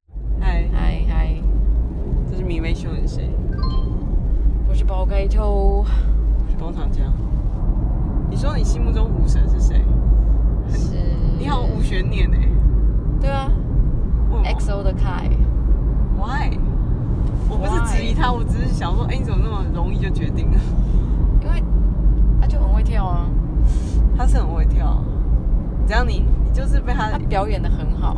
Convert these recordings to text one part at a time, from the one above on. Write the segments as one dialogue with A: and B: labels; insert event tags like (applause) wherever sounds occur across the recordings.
A: 嗯谁？
B: 我是宝盖头，
A: 我是包糖浆。你说你心目中武神是谁？
B: 嗯是
A: 你好无悬念哎、
B: 对啊
A: 欸。
B: ，XO 的凯，
A: Why？我不是质疑他，我只是想说，哎、你怎么那么容易就决定了？
B: 因为他就很会跳啊，
A: 他是很会跳，只要你你就是被他
B: 他表演的很好。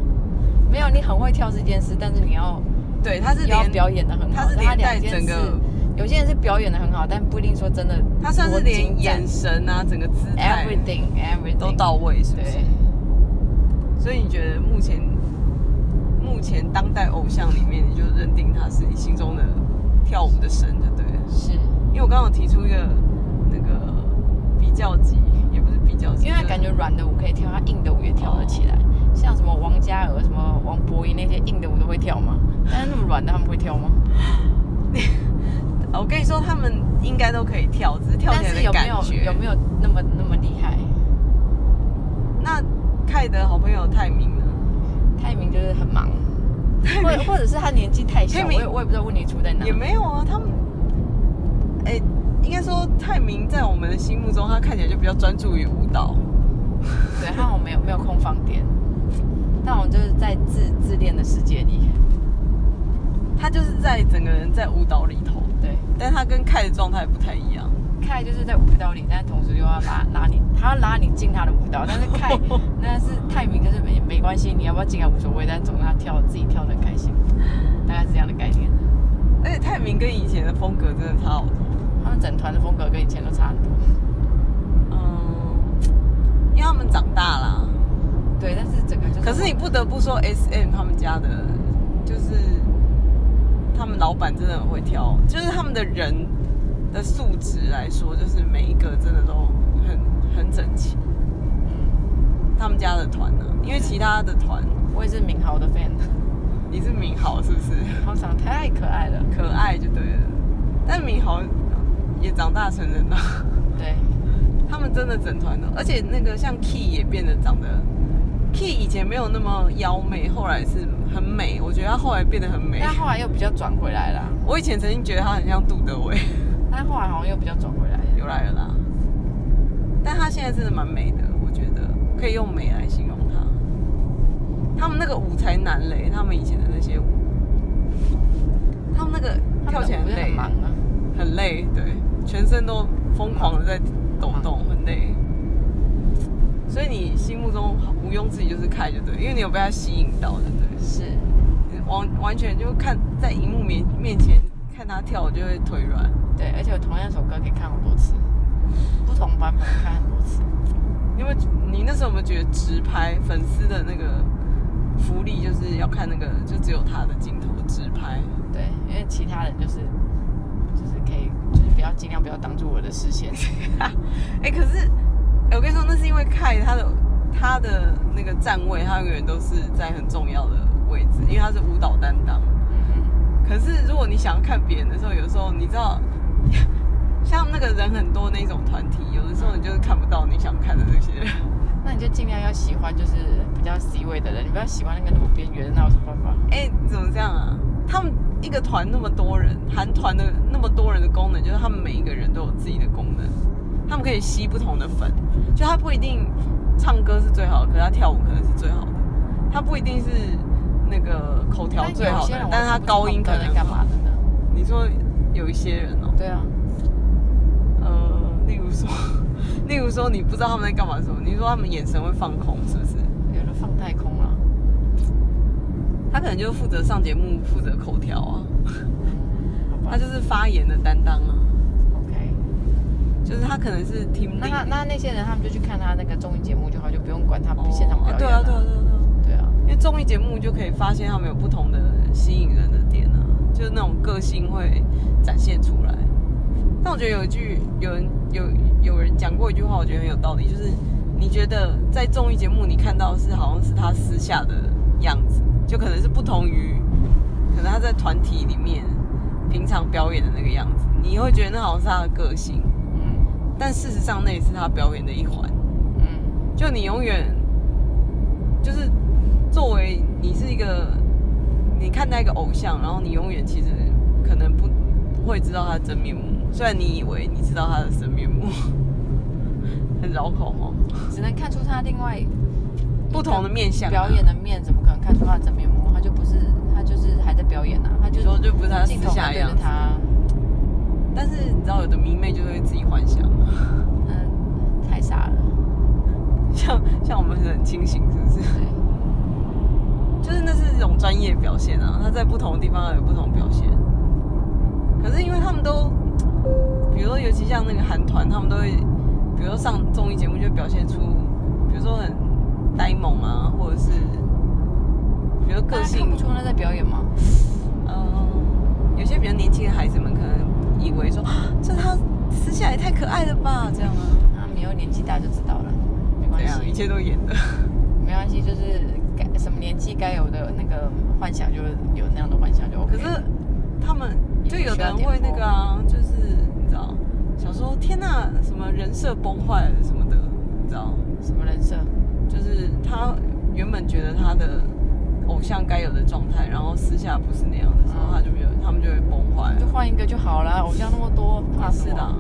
B: 没有，你很会跳这件事，但是你要
A: 对，他是
B: 你要
A: 连
B: 表演的很好。
A: 他是
B: 但
A: 连带
B: 两件
A: 整
B: 事
A: 个，
B: 有些人是表演的很好，但不一定说真的多精湛。
A: 他算是连眼神啊，整个姿态
B: everything everything
A: 都到位，是不是
B: 对？，
A: 所以你觉得目前目前当代偶像里面，你就认定他是你心中的跳舞的神，就对了。
B: 是
A: 因为我刚刚有提出一个那个比较级，也不是比较级，
B: 因为他
A: 就是
B: 感觉软的舞可以跳，他硬的舞也跳得起来。
A: 嗯
B: 像什么王嘉尔、什么王柏仪那些硬的舞都会跳嘛，但是那么软的他们会跳吗？
A: 呃我跟你说，他们应该都可以跳，只是跳
B: 但
A: 起来
B: 是
A: 的
B: 有没
A: 感
B: 有
A: 觉
B: 有没有那么那么厉害？
A: 那泰的好朋友泰明呢？
B: 泰明就是很忙，或或者是他年纪太小，
A: 泰
B: 我
A: 明
B: 也我也不知道问题出在哪
A: 也。没有啊，他们，哎、应该说泰明在我们的心目中，他看起来就比较专注于舞蹈。
B: 对，他好像没有没有空放电，但我就是在自自恋的世界里。
A: 他就是在整个人在舞蹈里头，
B: 对，
A: 但他跟凯的状态不太一样。
B: 凯就是在舞蹈里，但同时又要拉拉你，他要拉你进他的舞蹈，
A: (laughs)
B: 但是凯那是泰明就是没没关系，你要不要进来无所谓，但总他跳自己跳的开心，大概是这样的概念。
A: 而且泰明跟以前的风格真的差好多。
B: 他们整团的风格跟以前都差很多，
A: 嗯，因为他们长大啦。
B: 对，但是整个就是
A: 可是你不得不说，S M 他们家的，就是他们老板真的很会挑，就是他们的人的素质来说，就是每一个真的都很很整齐。
B: 嗯，
A: 他们家的团呢、因为其他的团，
B: 我也是敏豪的 fan，
A: 你是明豪是不是？
B: 敏豪长得太可爱了，
A: 可爱就对了，但明豪也长大成人了。 (laughs)
B: 对，
A: 他们真的整团的，而且那个像 Key 也变得长得，Key 以前没有那么妖媚，后来是很美，我觉得她后来变得很美。
B: 但后来又比较转回来啦，
A: 我以前曾经觉得她很像杜德伟， (laughs)
B: 但后来好像又比较转回来了，
A: 又来了啦。但她现在真的蛮美的，我觉得可以用美来形容她。他们那个舞才难嘞，他们以前的那些舞，他们那个
B: 他
A: 跳
B: 们
A: 起来很
B: 的舞就很
A: 累，
B: 忙啊，
A: 很累，对，全身都疯狂的在抖
B: 嗯
A: 动，很累。所以你心目中毋庸置疑就是凯就对，因为你有被他吸引到，对不对？
B: 是。
A: 完完全就看在荧幕面面前看他跳，我就会腿软。
B: 对，而且我同样一首歌可以看好多次，不同版本看很多次。
A: 因为你那时候有没有觉得直拍粉丝的那个福利就是要看那个，就只有他的镜头直拍。 (laughs)
B: 对，因为其他人就是就是可以，就是不要尽量不要挡住我的
A: (laughs)
B: 视线。
A: 哎、可是、哎我跟你说，那是因为凯他的他的那个站位，他永远都是在很重要的位置，因为他是舞蹈担当。
B: 嗯
A: 可是如果你想要看别人的时候，有时候你 (laughs) 知道，像那个人很多那种团体，有的时候你就是看不到你想看的那些人。
B: 那你就尽量要喜欢就是比较 C 位的人，你不要喜欢那个路边缘，那有什么办法？
A: 哎、你怎么这样啊？他们一个团那么多人，韩团的那么多人的功能，就是他们每一个人都有自己的功能，他们可以吸不同的粉，就他不一定唱歌是最好的，可是他跳舞可能是最好的，他不一定是那个口条
B: 但
A: 最
B: 有
A: 好
B: 些
A: 的
B: 人，
A: 但是他高音可能
B: 能干嘛
A: 好
B: 的呢？
A: 你说有一些人哦、
B: 对啊，
A: 呃，例如说， (laughs) 例如说，你不知道他们在干嘛的时候，你说他们眼神会放空，是不是？
B: 有的放太空了。
A: 他可能就负责上节目，负责口条啊，
B: 好吧
A: 他就是发言的担当啊，
B: OK，
A: 就是他可能是 team
B: 那他
A: lead
B: 那那些人他们就去看他那个综艺节目就好，就不用管他
A: 哦
B: 现场表演、
A: 对啊，对啊，对啊，对啊。
B: 对啊，
A: 因为综艺节目就可以发现他们有不同的吸引人的点啊，就是那种个性会展现出来。但我觉得有一句有人有有人讲过一句话，我觉得很有道理，就是你觉得在综艺节目你看到的是好像是他私下的样子，就可能是不同于可能他在团体里面平常表演的那个样子，你会觉得那好像是他的个性，
B: 嗯
A: 但事实上那也是他表演的一环。
B: 嗯，
A: 就你永远就是作为你是一个，你看待一个偶像，然后你永远其实可能不不会知道他的真面目，虽然你以为你知道他的真面目， (laughs) 很绕口哦。
B: 只能看出他另外
A: 不同的面相啊
B: 表演的面，怎么可能看出他的真面目？他就不是，他就是还在表演啊，他就
A: 你说就不是他私
B: 镜头
A: 下的
B: 在对
A: 样
B: 着
A: 子
B: 他，
A: 但是你知道，有的迷妹就会自己幻想，
B: 嗯，太傻了，
A: 像像我们很清醒，是不是？
B: 对，
A: 就是那是一种专业表现啊，他在不同的地方有不同表现。可是因为他们都，比如说尤其像那个韩团，他们都会，比如说上综艺节目就会表现出，比如说很呆萌啊，或者是，比如说个
B: 大家
A: 性
B: 看不，出他在表演吗？
A: 嗯、有些比较年轻的孩子们可能以为说， (gasps) 啊这他私下也太可爱了吧，这样吗？
B: 啊，没有年纪大就知道了，没
A: 怎
B: 关
A: 样，啊一
B: 系，
A: 切都演的。
B: 没关系，就是该什么年纪该有的那个幻想，就是有那样的幻想就 OK
A: 可
B: 了。
A: 是他们就有的人
B: 也不需要
A: 会那
B: 点拨
A: 个啊，就是你知道，想说天呐，什么人设崩坏了什么的，你知道，
B: 什么人设？
A: 就是他原本觉得他的偶像该有的状态，然后私下不是那样的时候，
B: 嗯
A: 他就没有，他们就会崩坏。
B: 就换一个就好了，偶像那么多，怕什
A: 是
B: 么？
A: 的啊，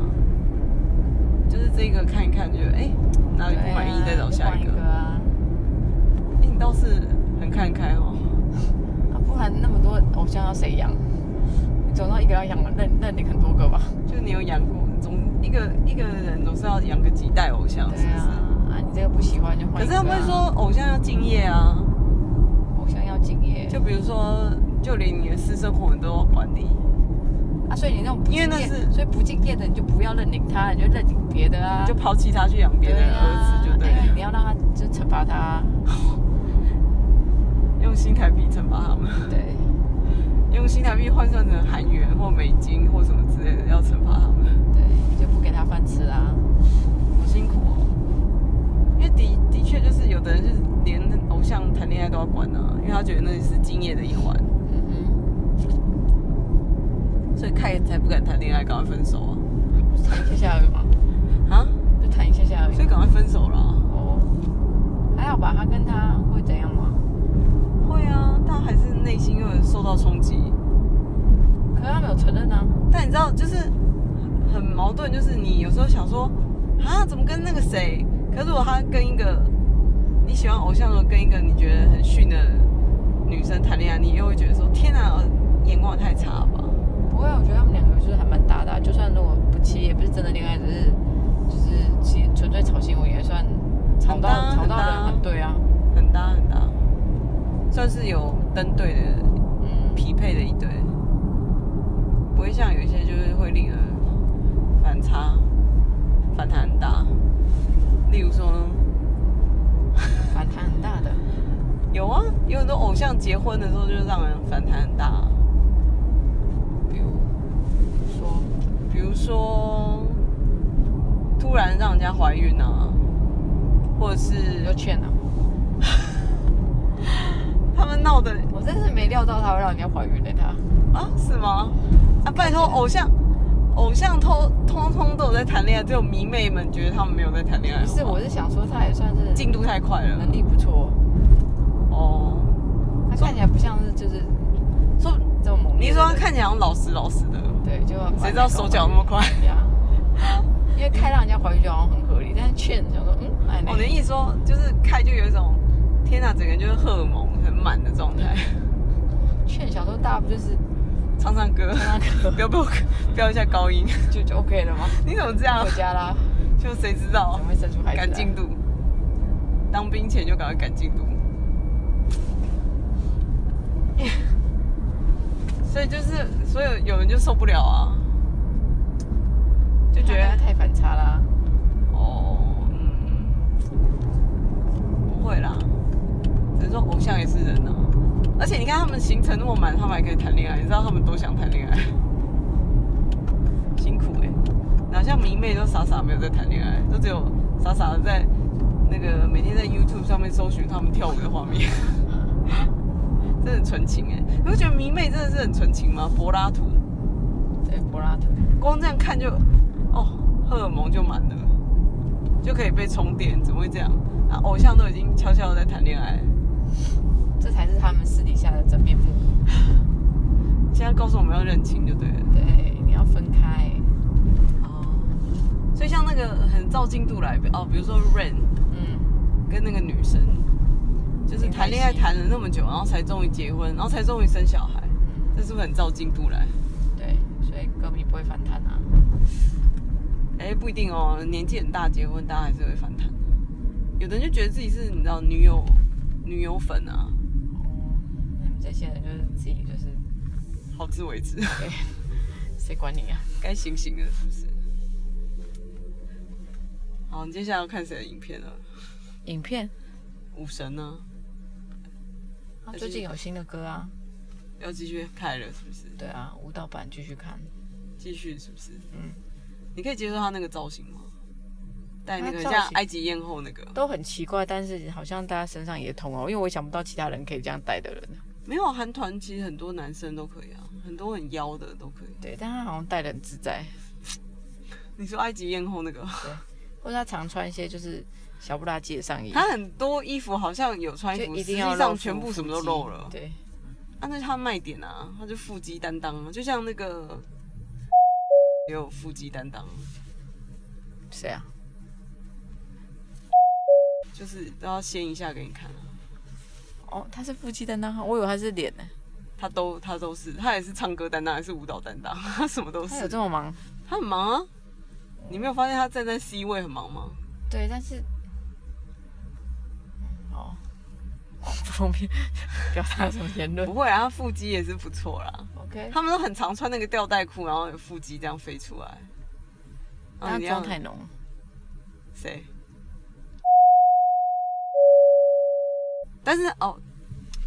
A: 就是这个看一看就哎、哪里
B: 对啊，
A: 不满意再找下一
B: 就
A: 个。哎、
B: 换啊。
A: 你倒是很看开哦。
B: 啊，不然那么多偶像要谁养？你总要一个要养认认领很多个吧？
A: 就你有养过，总一个一个人总是要养个几代偶像，是不
B: 对
A: 是？
B: 啊，啊，你这个不啊喜欢就换、
A: 可是他们会，说偶像要敬业啊，
B: 偶像要敬业，
A: 就比如说，就连你的私生活你都要管理，
B: 啊，所以你那种不敬业，
A: 因为那是
B: 所以不敬业的你就不要认领他，你就认领别的啊，
A: 你就抛弃他去养别人的儿子就对
B: 对啊哎
A: 了，
B: 你要让他就惩罚他，
A: 用新台币惩罚他们，
B: 对，
A: 用新台币换算成韩元或美金或什么之类的，要惩罚他们，
B: 对，你就不给他饭吃啊，
A: 好辛苦哦。因为的的确就是有的人就是连偶像谈恋爱都要管啊，因为他觉得那是敬业的一环，
B: 嗯
A: 所以看才不敢谈恋爱，赶快分手
B: 哼，不是谈一下下而已嘛，
A: 啊啊！
B: 就谈一下下而已
A: 所以。赶快分手了、啊。
B: 哦，还好吧，他跟他会怎样吗？
A: 会啊，但还是内心又有受到冲击。
B: 可是他没有承认啊，
A: 但你知道，就是很很矛盾，就是你有时候想说，啊，怎么跟那个谁？可是如果他跟一个你喜欢偶像的，跟一个你觉得很逊的女生谈恋爱，你又会觉得说，天啊，眼光也太差了吧？
B: 不会啊，我觉得他们两个就是还蛮搭的啊、就算如果不其实也不是真的恋爱，只是就是其实纯粹炒新闻也算炒到
A: 很搭
B: 炒到
A: 很搭
B: 人很对啊，
A: 很搭很搭，算是有登对的
B: 嗯，
A: 匹配的一对，不会像有一些就是会令人反差反弹很大，例如说呢。
B: 反弹很大的，
A: 有啊，有很多偶像结婚的时候就是让人反弹很大、啊
B: 比如说
A: 比如说突然让人家怀孕啊，或者是
B: 你就劝啊，
A: 他们闹的
B: 我真是没料到他会让人家怀孕的、他，
A: 啊，是吗？啊，拜托，偶像偶像通通通都有在谈恋爱，只有迷妹们觉得他们没有在谈恋爱。
B: 不是，
A: 好吗
B: 我是想说他也算是
A: 进度太快了
B: 能力不错，
A: 哦。
B: 他看起来不像是就是
A: 说
B: 这么猛
A: 你
B: 烈
A: 是
B: 的人，
A: 说他看起来好像老实老实的，
B: 对，就
A: 谁知道手脚那么快？
B: 对啊，因为开让人家怀孕就好像很合理，但是劝想说嗯，哎，
A: 我的哦意思说，就是开就有一种天哪、整个人就是荷尔蒙很满的状态。
B: 劝小时候大家不就是
A: 唱唱 (laughs) 歌，
B: 唱唱歌
A: 不要被我飙一下高音。 (laughs)
B: 就就 OK 了吗？
A: 你怎么这样啊
B: 回？
A: (laughs)
B: 家啦，
A: 就谁知道
B: 怎么？会生出孩子来？
A: 赶进度，当兵前就赶快赶进 (laughs) 度。所以就是，所以有人就受不了啊，就
B: 就
A: 觉
B: 觉得
A: 得
B: 太反差啦。
A: 哦，嗯，不会啦，只是说偶像也是人啊。而且你看他们行程那么满，他们还可以谈恋爱，你知道他们多想谈恋爱，辛苦哎、哪像迷妹都傻傻没有在谈恋爱，都只有傻傻的在那个每天在 YouTube 上面搜寻他们跳舞的画面， (laughs) 真的很纯情哎、你会觉得迷妹真的是很纯情吗？柏拉图，
B: 对，柏拉图，
A: 光这样看就，哦，荷尔蒙就满了，就可以被充电，怎么会这样？啊，偶像都已经悄悄的在谈恋爱了，
B: 这才是他们私底下的真面目。
A: 现在要告诉我们要认清就对了。
B: 对，你要分开。
A: 哦，所以像那个很照进度来哦，比如说 Rain
B: 嗯，
A: 跟那个女生，就是谈恋爱
B: 没关
A: 谈了那么久，然后才终于结婚，然后才终于生小孩，
B: 嗯
A: 这是不是很照进度来？
B: 对，所以歌迷不会反弹啊。
A: 哎，不一定哦，年纪很大结婚，大家还是会反弹的。有的人就觉得自己是你知道女友女友粉啊，
B: 哦，那你们这些人就是自己就是，
A: 好自为之，
B: 对，谁管你啊？
A: 该醒醒了是不是？好，你接下来要看谁的影片了？
B: 影片，
A: 武神呢？
B: 他啊最近有新的歌啊，
A: 要继续开了是不是？
B: 对啊，舞蹈版继续看。
A: 继续是不是？
B: 嗯，
A: 你可以接受他那个造型吗？戴那个
B: 他造
A: 像
B: 型
A: 埃及艳后那个，
B: 都很奇怪，但是好像大家身上也通哦，因为我想不到其他人可以这样带的人。
A: 没有韩团其实很多男生都可以啊，很多很妖的都可以。
B: 对，但他好像带的很自在，
A: 你说埃及艳后那个，
B: 或者他常穿一些就是小不拉几的上衣，
A: 他很多衣服好像有穿衣
B: 就
A: 服，
B: 一定
A: 实
B: 要
A: 际
B: 露
A: 上
B: 腹
A: 全部什么都
B: 腹肌
A: 露了。
B: 对，
A: 啊，那是他卖点啊，他就腹肌担当啊，就像那个也有腹肌担当，啊
B: 谁啊？
A: 就是都要掀一下给你看啊。
B: 哦，他是腹肌担当，我以为他是脸呢。
A: 他都他都是，他也是唱歌担当，也是舞蹈担当， (laughs) 他什么都
B: 他有
A: 是。
B: 这么忙？
A: 他很忙啊，你没有发现他站在 C 位很忙吗？
B: 对，但是，哦，不方便 (laughs) 表达什么言论
A: 不。会啊，他腹肌也是不哦错啦。
B: OK，
A: 他们都很常穿那个吊带裤，然后有腹肌这样飞出来。啊
B: 但
A: 你
B: 他
A: 要
B: 妆太浓，
A: 谁？但是哦，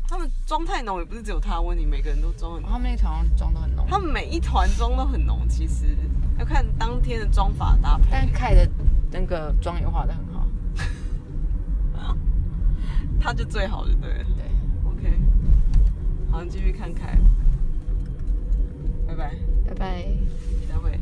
A: 他们妆太浓也不是只有他的问题，每个人都妆很浓。
B: 哦他们那团好像妆都很浓，
A: 他们每一团妆都很浓，其实要看当天的妆法搭配。
B: 但凯的那个妆也化的很好。
A: 他就最好就对了。
B: 对，
A: OK，好，你继续看开。拜拜，
B: 拜拜。
A: 再会。